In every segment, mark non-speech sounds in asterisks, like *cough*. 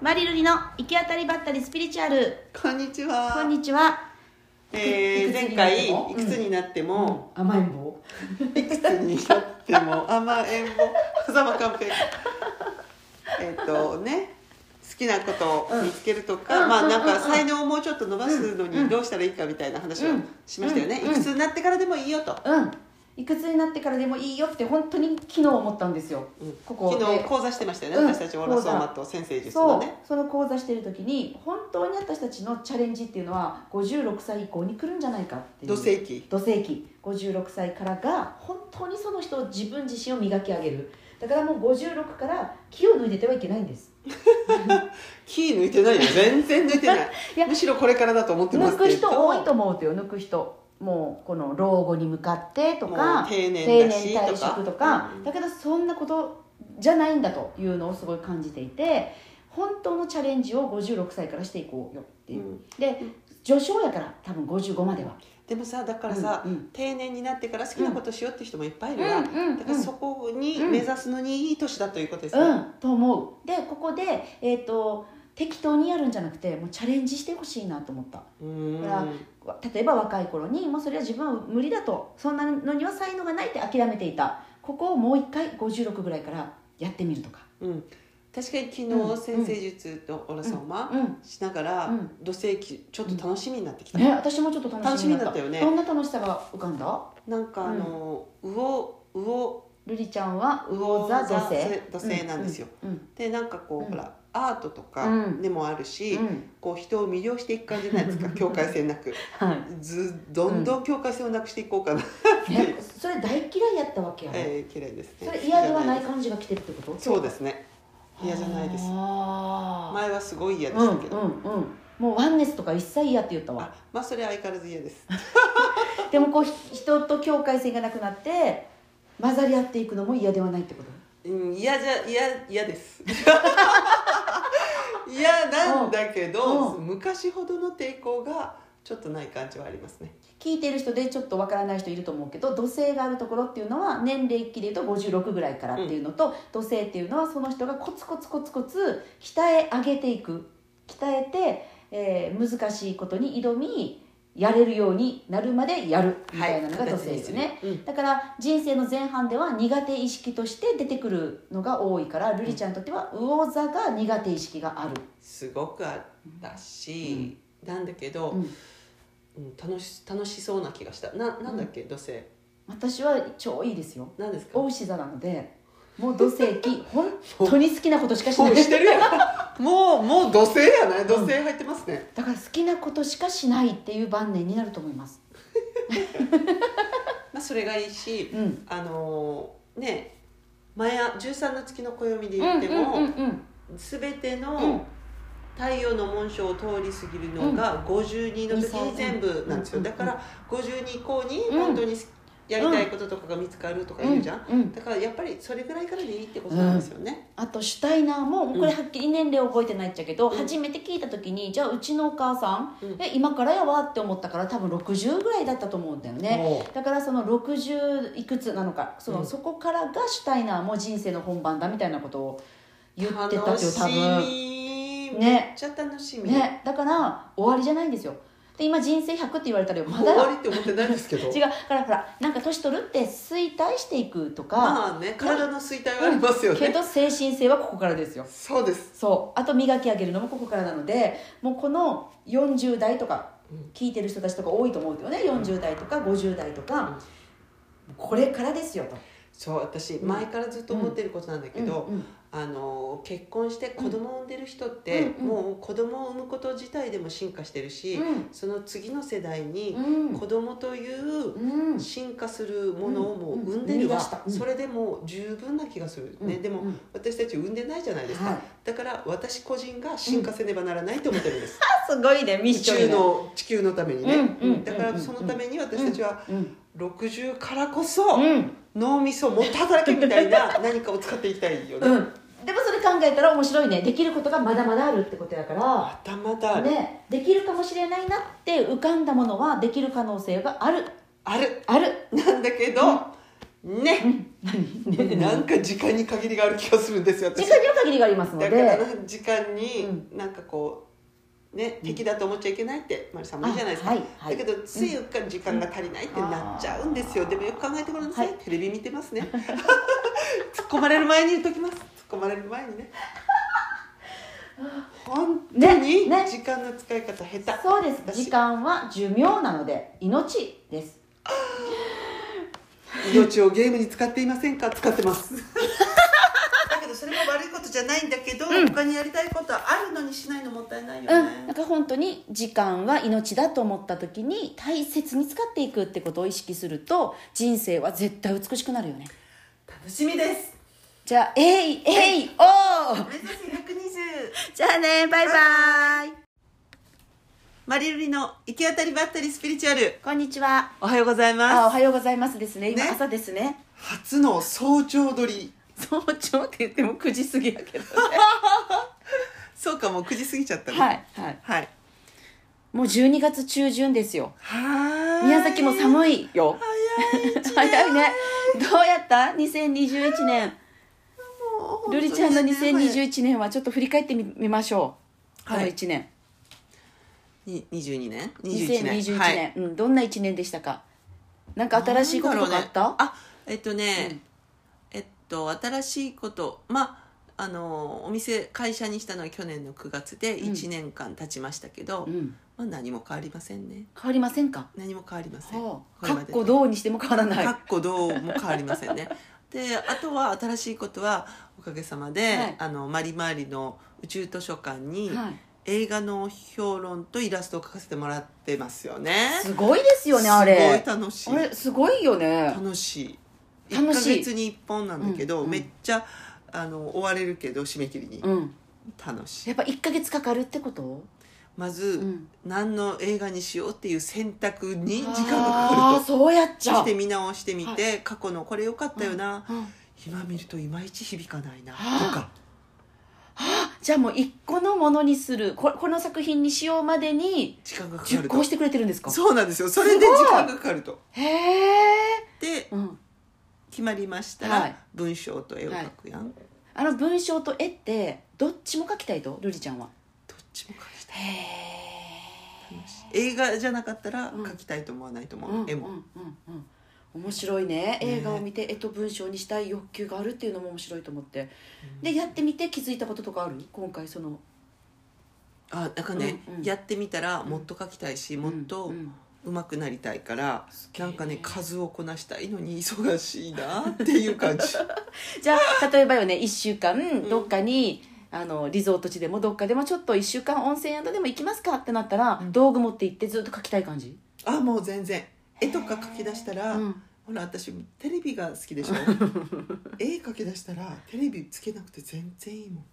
マリルリの行き当たりばったりスピリチュアルこんにちは。こんにちはえーいくつに前なって回もいくつになっても、甘えん坊いくつになっ *laughs* ても甘えん坊狭間寛平。えっ、とね。好きなことを見つけるとか、うんまあうんなんうかん才能をもうちょっと伸ばすのにどうしたらいいかみたいな話をしましたよね、うんいくつになってからでもいいよと、うんいくつになってからでもいいよって本当に昨日思ったんですよ、うんここで昨日講座してましたよね、うん私たちオーラソーマと先生術そのうねその講座してる時に本当に私たちのチャレンジっていうのは56歳以降に来るんじゃないかっていう土世紀土世紀56歳からが本当にその人自分自身を磨き上げるだからもう56から気を抜いててはいけないんですキー抜いてないよ全然抜いてないいやむしろこれからだと思ってま抜すくけど人多いと思うとよ抜く人もうこの老後に向かってともかう定定年年だし退とか職とか、うんだけどそんなことじゃないんだというのをすごい感じていて本当のチャレンジを56歳からしていこうよっていう、うんで序章やから多分55まではでもさだからさ、うんうん定年になってから好きなことしようって人もいっぱいいるわ、うんうんうんだからそこに目指すのにいい年だということですね、うんと思うでここでえっ、と適当にやるんじゃなくてもうチャレンジしてほしいなと思ったうんだから例えば若い頃にもうそれは自分は無理だとそんなのには才能がないって諦めていたここをもう一回56ぐらいからやってみるとかうん確かに昨日、うん先生術とオラソーマうんしながら、うん土星期ちょっと楽しみになってきた、ね私もちょっと楽しみになった楽しみになったよどねんな楽しさが浮かんだなんかあの、魚魚瑠璃ちゃんは魚魚座座土星土星なんですよ、うんでなんかこう、うんほらアートとかうんでもあるし、うんこう人を魅了していく感じじゃないですか境界線なくはずどんどん境界線をなくしていこうかな、 *laughs* いねそれ大嫌いやったわけやろ、えー綺麗ですねそれ嫌ではない感じが来てるってことそうですね嫌じゃないですあー前はすごい嫌でうんしうたんけど、うんもうワンネスとか一切嫌って言ったわ *laughs* あまあそれは相変わらず嫌ですでもこうひ人と境界線がなくなって混ざり合っていくのも嫌ではないってことうん嫌じゃ嫌嫌です *laughs* 嫌なんだけど、う昔ほどの抵抗がちょっとない感じはありますね聞いている人でちょっとわからない人いると思うけど土星があるところっていうのは年齢期でいうと56ぐらいからっていうのと、土星っていうのはその人がコツコツコツコツ鍛え上げていく鍛えて、えー難しいことに挑みやれるようになるまでやるみたいなのが土星ですね、形にするだから人生の前半では苦手意識として出てくるのが多いから瑠璃ちゃんにとっては魚座が苦手意識がある、すごくあったし、なんだけど、うんうん楽し楽しそうな気がしたななんだっけ、土星私は超いいですよなんですか大牛座なのでもう土星 *laughs* 期本当に好きなことしかしなもいうしてるやん *laughs* もうもう土星やない土星入ってますね、だから好きなことしかしないっていう晩年になると思いますまあ、それがいいし、うんあのーね前は13の月の暦でうん言っても、うんうん全てうんの太陽の紋章を通り過ぎるのが52の時に全部なんですよ、うんだから52以降にうん本当にやりたいこととかが見つかるとかうん言うじゃん、うんうんだからやっぱりそれぐらいからでいいってことなんですよね、あとシュタイナーももうこれうはっきり年齢覚えてないっちゃけど、うん初めて聞いた時にじゃあうちのお母さん、うんえ今からやわって思ったから多分60ぐらいだったと思うんだよねもうだからその60いくつなのかその、うんそこからがシュタイナーも人生の本番だみたいなことを言ってたって楽し多分み分めっちゃ楽しみ、ねだから終わりじゃないんですよで今人生100って言われたらよま終わだりって思ってないんですけど *laughs* 違うだからほらなんか年取るって衰退していくとか、まあね体の衰退はありますよね、けど精神性はここからですよそうですそうあと磨き上げるのもここからなのでもうこの40代とかうん聞いてる人たちとか多いと思うよね40代とか50代とか、これからですよとそう私前からずっと思ってることなんだけど、うんうんあの結婚して子供を産んでる人って、うんもう子供を産むこと自体でも進化してるし、うんその次の世代にうん子供といううん進化するものをもううん産んで生みるわ、出したうんそれでもう十分な気がするね、うんでも、うん私たち産んでないじゃないですか、はいだから私個人が進化せねばならないと思ってるんです、すごいねミッ地ション球ねの地球のためにね、うんうんだからそのために私たちはうん60からこうそ、ん脳みそもっと働けみたい *laughs* な何かを使っていきたいよね、うんでもそれ考えたら面白いねできることがまだまだあるってことやからまたまたある、ねできるかもしれないなって浮かんだものはできる可能性があるあるあるなんだけど、ねねなんか時間に限りがある気がするんですよ時私間には限りがありますのだからでな時間にうなんかこうね敵だと思っちゃいけないって丸さんあも言うじゃないですかはいはいだけどついうっかり時間が足りないってなっちゃうんですようんでもよく考えてごらんなさいはいテレビ見てますね *laughs* 突っ込まれる前に言っときます突っ込まれる前にね本当にねね時間の使い方下手そうです私時間は寿命なので命です命をゲームに使っていませんか使ってます *laughs* だけどそれも悪いことじゃないんだけど、他にやりたいことはあるのにしないのもったいないようん、なねん、か本当に時間は命だと思った時に大切に使っていくってことを意識すると人生は絶対美しくなるよね楽しみですじゃあえいえいおー目指せ120じゃあねバイバイマリルリの行き当たりばったりスピリチュアルこんにちはおはようございあおますはようございますですね今ね朝ですね初の早朝撮り早朝って言っても9時過ぎやけど、そうかもう9時過ぎちゃったねはいはいはいもう12月中旬ですよはーい宮崎も寒いよ早い早いねどうやった2021年もうルリちゃんの本当にね2021年はちょっと振り返ってみみましょう、はいこの1年に22年2021 21年年はいうん、どんな1年でしたかなんか新しいこととかあった、なんだろうね、あえっとね、うんえっと新しいことまああのお店会社にしたのは去年の9月でうん1年間経ちましたけど、うん、まあ、何も変わりませんね変わりませんか何も変わりませんはあ、これかまっでこどうにしても変わらないかっこどうも変わりませんね *laughs* であとは新しいことはおかげさまで、はいあのマリマリの宇宙図書館にはい、映画の評論とイラストを描かせてもらってますよねすごいですよねあれすごい楽しいあれすごいよね楽しい楽しい1ヶ月に1本なんだけど、うんうんめっちゃあの追われるけど締め切りに、うん楽しやいっぱ1か月かかるってことまず、うん何の映画にしようっていう選択に時間あがかかーるとそうやっちそゃしうて見直してみて、は過去のこれ良かったよな、うん今見るといまいち響かないなとはあかじゃあもう1個のものにするここの作品にしようまでに時間がかか実る行としてくれてるんですかそうなんですよそれですごい時間がかかるとへえ、でうん、決まりましたら、はい文章と絵を描くやん、どっあの文章と絵ってどっちも描きたいとルリちゃんはちも描きたいへ映画じゃなかったら描きたいと思わないと思う、うんうん絵うも、んうん面白いねね映画を見て絵と文章にしたい欲求があるっていうのも面白いと思ってでやってみて気づいたこととかある今回そのあなんかね、うんうんやってみたらもっと書きたいし、もっうんうとん上手くなりたいから、げえなんかね数をこなしたいのに忙しいなっていう感じじゃあ例えばよね1週間どっかに、あのリゾート地でもどっかでもちょっと1週間温泉宿でも行きますかってなったら、うん道具持って行ってずっと描きたい感じ、あもう全然絵とか描き出したら、うんほら私テレビが好きで *laughs* しょ絵描き出したらテレビつけなくて全然いいもん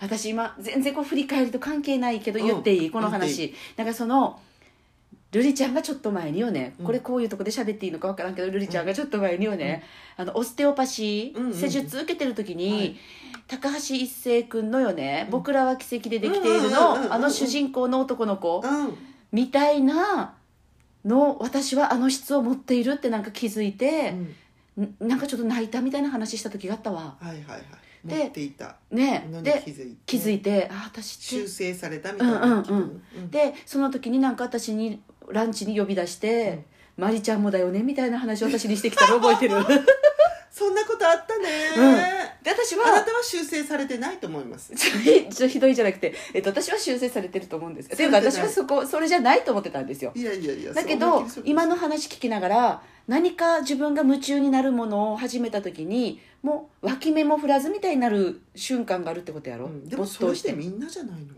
私今全然こう振り返ると関係ないけど言っていい、うんこの話なんかその瑠璃ちゃんがちょっと前によね、うんこれこういうとこで喋っていいのか分からんけど瑠璃ちゃんがちょっと前によね、あのオステオパシうんうんうーん施術受けてる時に、はい高橋一生君のよね「うん僕らは奇跡でできているの」うんうんうんうんうんあの主人公の男の子、うんみたいなの私はあの質を持っているってなんか気づいて、んなんかちょっと泣いたみたいな話した時があったわ。はいはいはいで持っていたねのにで気づいて気づいて、あ私って修正されたみたいな、うんうんうんうんでその時になんか私にランチに呼び出して「マリちゃんもだよね」みたいな話を私にしてきたの *laughs* 覚えてるそんなことあったね、うんあで私なはたは修正されてないと思いますちょひちょひどいじゃなくて、えっと、私は修正されてると思うんですっていうかされて私ないはそこそれじゃないと思ってたんですよいやいやいやだけそう思どいっきりそう今の話聞きながら何か自分が夢中になるものを始めた時にもう脇目も振らずみたいになる瞬間があるってことやろ、うんでも没それ頭っしててみんなじゃないの好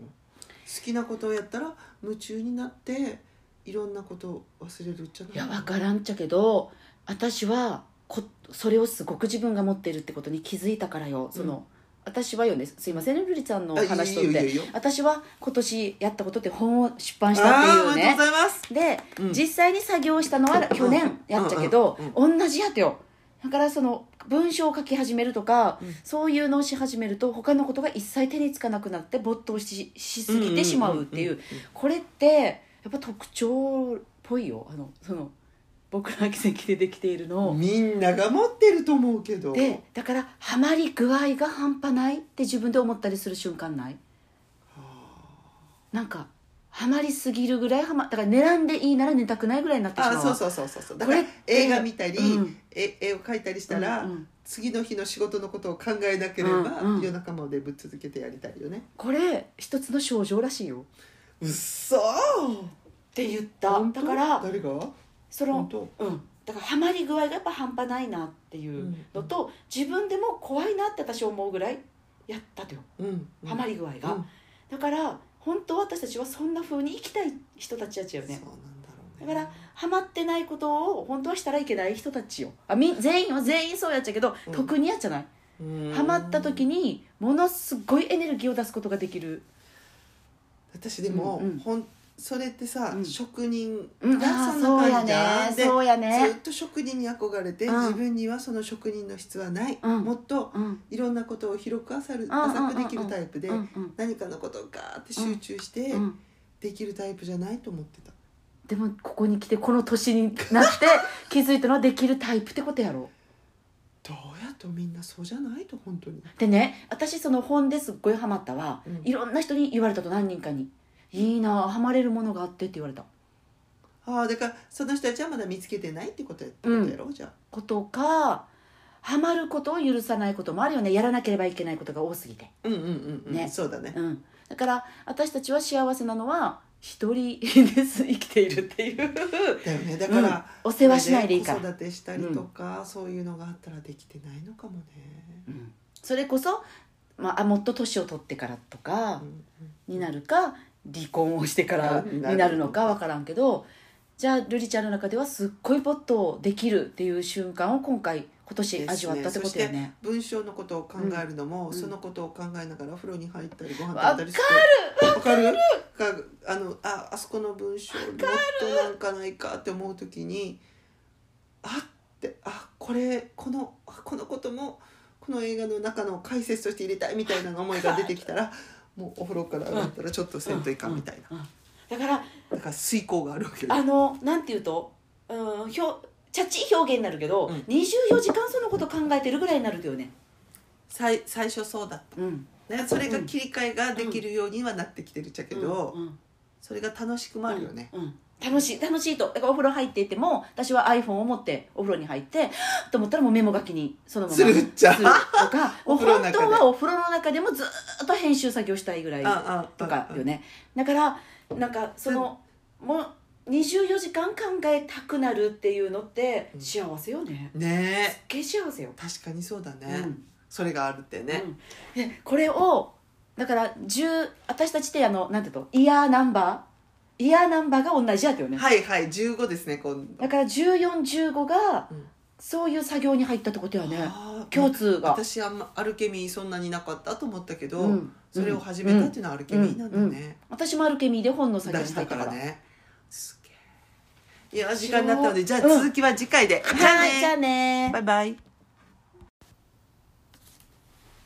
きなことをやったら夢中になっていろんなことを忘れるんじゃないいや分からんっちゃけど私はこそれをすごく自分が持っているってことに気づいたからよその、私はよねすいませんねルリちゃんのあ話といっいよいていよいいよ私は今年やったことって本を出版したってあいーうおめでとうねございますで、うん実際に作業したのは去年やっちゃけど、うん同じやとよだからその文章を書き始めるとか、うんそういうのをし始めると他のことが一切手につかなくなって没頭ししすぎてしまうっていううんうんうんうんこれってやっぱ特徴っぽいよあのその僕ら奇跡でできているのを、みんなが持ってると思うけどでだからハマり具合が半端ないって自分で思ったりする瞬間ないなんかハマりすぎるぐらいハマだから狙んでいいなら寝たくないぐらいになってしまうあそうそうそうそうそうだこかれらって映画見たり、うんえ絵を描いたりしたら、うんうん次の日の仕事のことを考えなければ、うんうん夜中までぶっ続けてやりたいよねこれ一つの症状らしいよっうっそーて言った本当だから誰がそ本の当うんだからハマり具合がやっぱ半端ないなっていうのと、自分でも怖いなって私思うぐらいやったとよ、うんハマり具合が、だから本当私たちはそんな風に生きたい人たちたちようん、そうなんねだろうねだからハマってないことを本当はしたらいけない人たちよあみ全員は全員そうやっちゃうけど、うん特にやっちゃないうんハマった時にものすごいエネルギーを出すことができる私でも、うんうんほんそれってさ、うん職人うんがあそーんそうなや感じじゃん、ねでそうやねずっと職人に憧れて、うん自分にはその職人の質はない、うんもっとうんいろんなことを広く浅るんうんうんうん浅くできるタイプで、うんうん何かのことをガーって集中してうんできるタイプじゃないと思ってた、でもここに来てこの年になって気づいたのはできるタイプってことやろどうやとみんなそうじゃないと本当にでね私その本ですっごいハマったは、うんいろんな人に言われたと何人かに「いいなハマれるものがあって」って言われたああだからその人たちはまだ見つけてないってことやってことやろ、うじゃあことかハマることを許さないこともあるよねやらなければいけないことが多すぎて、うんうんうんうん、ねそうだねうん、だから私たちは幸せなのは一人です生きているっていうだよねだから、うんお世話しないでいいから子育てしたりとか、そういうのがあったらできてないのかもね、うんそれこそ、まああ、もっと年を取ってからとかうんになるか離婚をしてからあになるなるのか分からんけどじゃあ瑠璃ちゃんの中ではすっごいボットできるっていう瞬間を今回今年味わったってことよね。文章のことを考えるのも、んそのことを考えながらお風呂に入ったりご飯わか食べたるりしてわかるかあのああそこの文章もっとなんかないかって思う時にあってあこれこのあこのこともこの映画の中の解説として入れたいみたいな思いが出てきた *laughs* らもうお風呂から上がったらちょっとせんといかんみたいなうんうんだからだから遂行があるわけよあのなんていうとうんひょチャッチい表現になるけど、うん24時間そのこと考えてるぐらいになるよね。最最初そうだっうん、た、ね、それが切り替えができるようにはなってきてるっちゃけど、うんうんそれが楽しくもあるよね、うんうん楽しい楽しいとだからお風呂入っていても私は iPhone を持ってお風呂に入っては *gasps* ぁと思ったらもうメモ書きにそのままするっちゃするとかも *laughs* おう風呂の本中で当はお風呂の中でもずーっと編集作業したいぐらいあああとかよねだからなんかその、もう24時間考えたくなるっていうのってうん幸せよね、ねすっげえ幸せよ、え確かにそうだね、うんそれがあるってね、うんでこれをだから10私たちってあのなんていうのイヤーナンバーイヤーナンバーが同じやったよね、はいはい15ですね今度だから1415がうんそういう作業に入ったってことやねあー共通が私あんまアルケミーそんなになかったと思ったけど、うんそれを始めたっていうのはアルケミーなんだね、私もアルケミーで本の作業出にし入たったかかららねすげえいや時白い間になったのでじゃあうん続きは次回で、じゃあはいねじゃあねバイバイ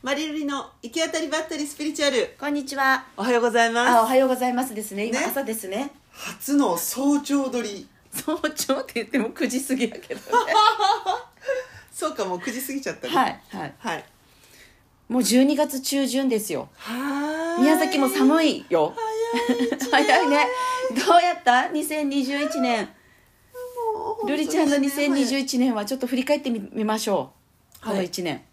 マリルリの行き当たりばったりスピリチュアルこんにちはおはようございあまおはようございますですね今ね朝ですねす初の早朝撮り早朝って言っても9時過ぎやけどねそうかもう9時過ぎちゃったねはいはいはいもう12月中旬ですよは宮崎も寒いいよ早い一 *laughs* 年早いねどうやった2021年もう瑠璃ちゃんの本当にね2021年はちょっと振り返ってみみましょう、はいこの1年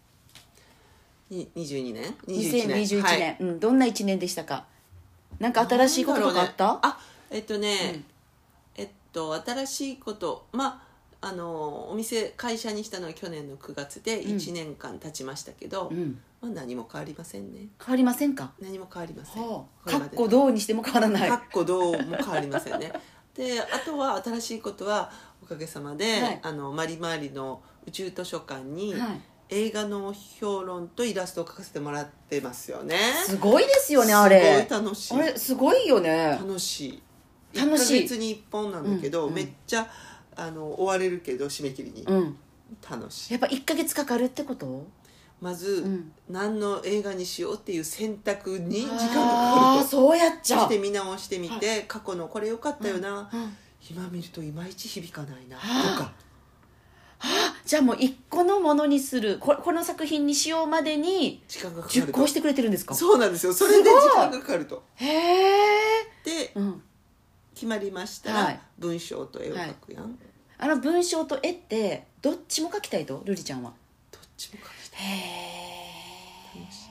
に22年2021年、はいうん、どんな1年でしたかなんか新しいこととかあった、なんだろうねあえっとね、うんえっと新しいことまああのお店会社にしたのは去年の9月でうん1年間経ちましたけど、うん、まあ、何も変わりませんね変わりませんか、何も変わりませんはあ、れかまっでこどうにしても変わらないかっこどうも変わりま *laughs* せんねであとは新しいことはおかげさまで、はいあのマリマリの宇宙図書館にはい映画の評論とイラストを描かせてもらってますよねすごいですよねあれすごい楽しいあれすごいよね楽しい楽しい1ヶ月に1本なんだけど、うんうんめっちゃあの追われるけど締め切りに、うん楽しいやっぱ1か月かかるってことまず、うん何の映画にしようっていう選択に時間がああかかるとそうやっちそゃしうて見直してみて、過去のこれ良かったよな、うん今見るといまいち響かないなとはあかじゃあもう一個のものにするここの作品にしようまでに時間がかか熟る考としてくれてるんですかそうなんですよそれですごい時間がかかるとへえ、でうん、決まりましたら、はい文章と絵を描くやん、あの文章と絵ってどっちも描きたいとルリちゃんはどっちも描きたへい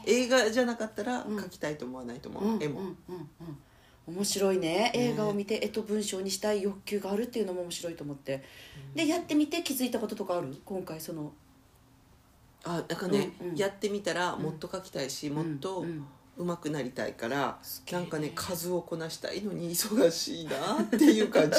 えし映画じゃなかったらうん描きたいと思わないと思う、うん絵も、うんうんうん、面白いねね映画を見て絵と文章にしたい欲求があるっていうのも面白いと思ってでやってみて気づいたこととかある今回そのあだからね、うんうんやってみたらもっと描きたいし、もっとうん上手くなりたいから、すげえなんかね数をこなしたいのに忙しいなっていう感じ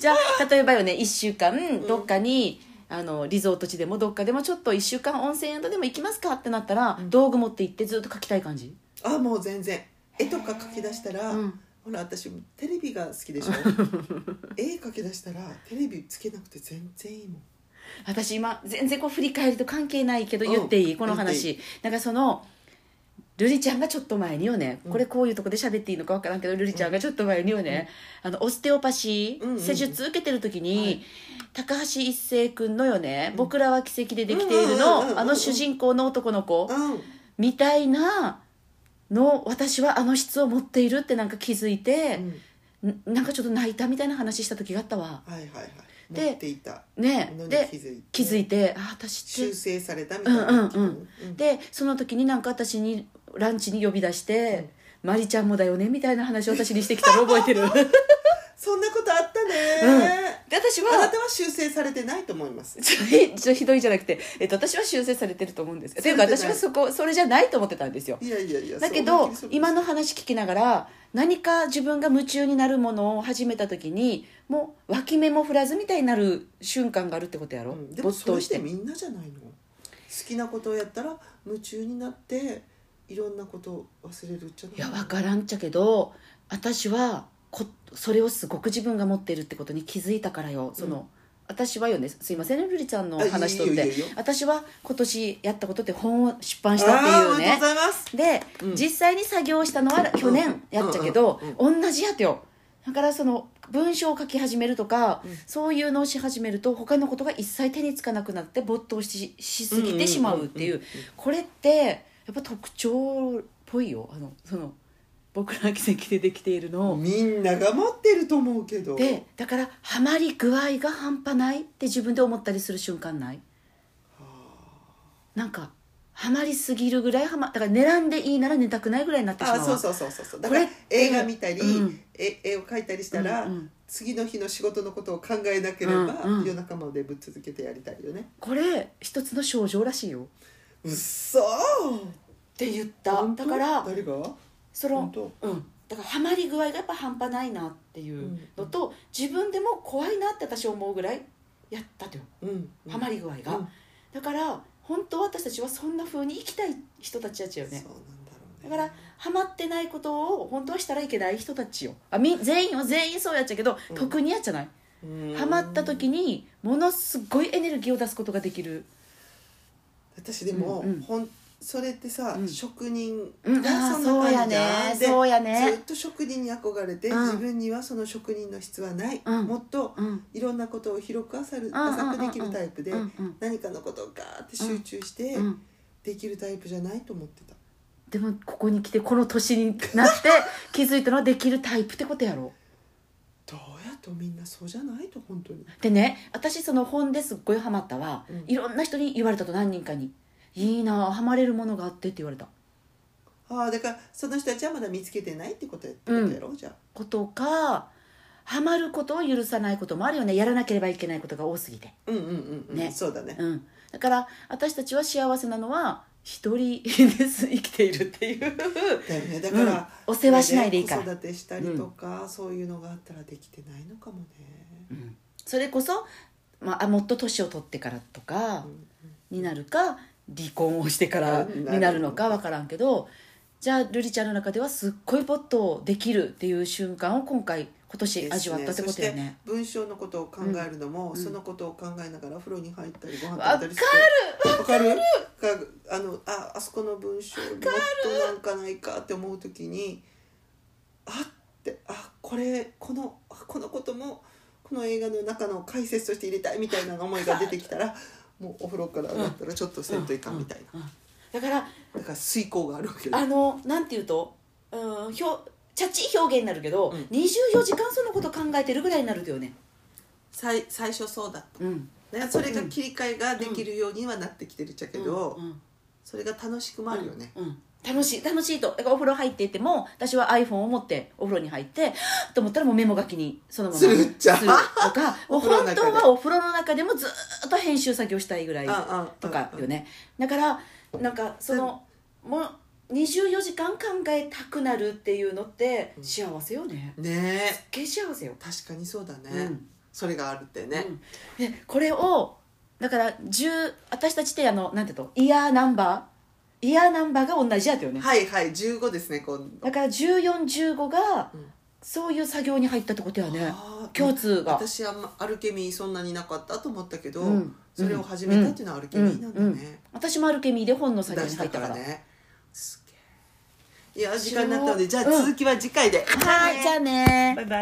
じゃあ例えばよね1週間どっかに、あのリゾート地でもどっかでもちょっと1週間温泉宿でも行きますかってなったら、うん道具持って行ってずっと描きたい感じ、あもう全然絵とか描き出したら、うんほら私テレビが好きでし *laughs* ょ絵描き出したらテレビつけなくて全然いいもん私今全然こう振り返ると関係ないけどうん言っていい、この言話なんかその瑠璃ちゃんがちょっと前によね、うんこれこういうとこで喋っていいのか分からんけど瑠璃ちゃんがちょっと前によね、あのオステオパシうんうんうーん施術受けてる時に、はい高橋一生君のよね、僕らは奇跡でできているうんうんうんうんうんのあの主人公の男の子うんみたいなの私はあの質を持っているってなんか気づいて、んなんかちょっと泣いたみたいな話した時があったわはいはいはいで持っていたねのにで気づいて気づいてあ私って修正されたみたいな気分、うんうんうんでその時になんか私にランチに呼び出して「マリちゃんもだよね」みたいな話を私にしてきたの覚えてる *laughs* でそんなことあったうんね、私あなはたは修正されてないと思いますちょひちょひどいじゃなくて、えっと、私は修正されてると思うんですっていうかされ私てないはそこそれじゃないと思ってたんですよいやいやいやだけそんなど気する今の話聞きながら何か自分が夢中になるものを始めた時にもう脇目も振らずみたいになる瞬間があるってことやろ、うんでも没そ頭れししててみんなじゃないの好きなことをやったら夢中になっていろんなことを忘れるじゃないいや分からんっちゃけど私はこそれをすごく自分が持ってるってことに気づいたからよその、私はよねすいませんねルリちゃんのあいいよ話とっいいてよいいよ私は今年やったことって本を出版あしたっていーおうめねでとうございますで、うん実際に作業したのは去年やっちゃけど、同じやってよだからその文章を書き始めるとか、うんそういうのをし始めると他のことが一切手につかなくなって没頭ししすぎてしまうっていう,、うんうんうんうんこれってやっぱ特徴っぽいよあのその僕ら奇跡でできているのを、みんなが持ってると思うけどでだからハマり具合が半端ないって自分で思ったりする瞬間ないなんかハマりすぎるぐらいハマだから狙んでいいなら寝たくないぐらいになってしまあうわそうそうそうそうそうだこかれら映画見たり、うんえ絵を描いたりしたら、うんうん次の日の仕事のことを考えなければ、うんうん夜中までぶっ続けてやりたいよねこれ一つの症状らしいようっそーって言った本当だから誰がそ本の当うんだからハマり具合がやっぱ半端ないなっていうのと、自分でも怖いなって私思うぐらいやったとようんハマり具合が、うんだから本当私たちはそんな風に生きたい人たちたちよそうなねんだろうだねからハマってないことを本当はしたらいけない人たちよあみ全員よ全員そうやっちゃうけど、うん特にやっちゃないうんハマった時にものすごいエネルギーを出すことができる私でも、うんうんほんそれってさ、うん職人うんあがあそんそうなや感じじねゃんでそうやねずっと職人に憧れて、うん自分にはその職人の質はない、うんもっとうんいろんなことを広く浅るんうんうんうん浅くできるタイプで、うんうん何かのことをガーって集中してうんできるタイプじゃないと思ってた、でもここに来てこの年にな *laughs* って気づいたのはできるタイプってことやろどうやとみんなそうじゃないと本当にでね私その本ですっごいハマったわ、うんいろんな人に言われたと何人かに「いいなあハマれるものがあって」って言われたああだからその人たちはまだ見つけてないってことやってことやろ、じゃあことかハマることを許さないこともあるよねやらなければいけないことが多すぎて、うんうんうんうん、ねそうだね、うん、だから私たちは幸せなのは一人です生きているって *laughs* いうだよねだから、うんお世話しないでいいから子育てしたりとか、そういうのがあったらできてないのかもね、それこそ、まああ、もっと年を取ってからとか、うんになるか離婚をしてからになるのか分からんけどじゃあ瑠璃ちゃんの中ではすっごい没頭できるっていう瞬間を今回今です年ね味わったってことよね。そして文章のことを考えるのも、そのことを考えながらお風呂に入ったりご飯食べたりしてわかるわかるあのああそこの文章もっとなんかないかって思う時にあってあこれこのあこのこともこの映画の中の解説として入れたいみたいな思いが出てきた *laughs* らもうお風呂から上がったらちょっとせんといかんみたいうなんうんだからだから遂行があるわけであのなんていうとうんひょチャッチい表現になるけど、うん24時間そのこと考えてるぐらいになるとよね最最初そうだっうんたねそれが切り替えができるようにはなってきてるっちゃけど、うんそれが楽しくもあるよね、うん楽しい楽しいとだからお風呂入っていても私は iPhone を持ってお風呂に入ってはぁと思ったらもうメモ書きにそのままするっちゃするとかもう本当は *laughs* おお風呂の中でもずーっと編集作業したいぐらいあああとかよねだからなんかそのもう24時間考えたくなるっていうのって幸せよねねえすっげえ幸せよ確かにそうだね、うんそれがあるってね、うんでこれをだから10私たちってあのなんていうとイヤーナンバーイヤーナンバーが同じやったよねはいはい15ですね今度だから1415がうんそういう作業に入ったってことやねあー共通が私あんまアルケミーそんなになかったと思ったけど、うんそれを始めたっていうのはアルケミーなんだね、うんうん私もアルケミーで本の作業出にした入っかたかららねすげえいや時間になったのでじゃあ続きは次回で、はいじゃあねバイバイ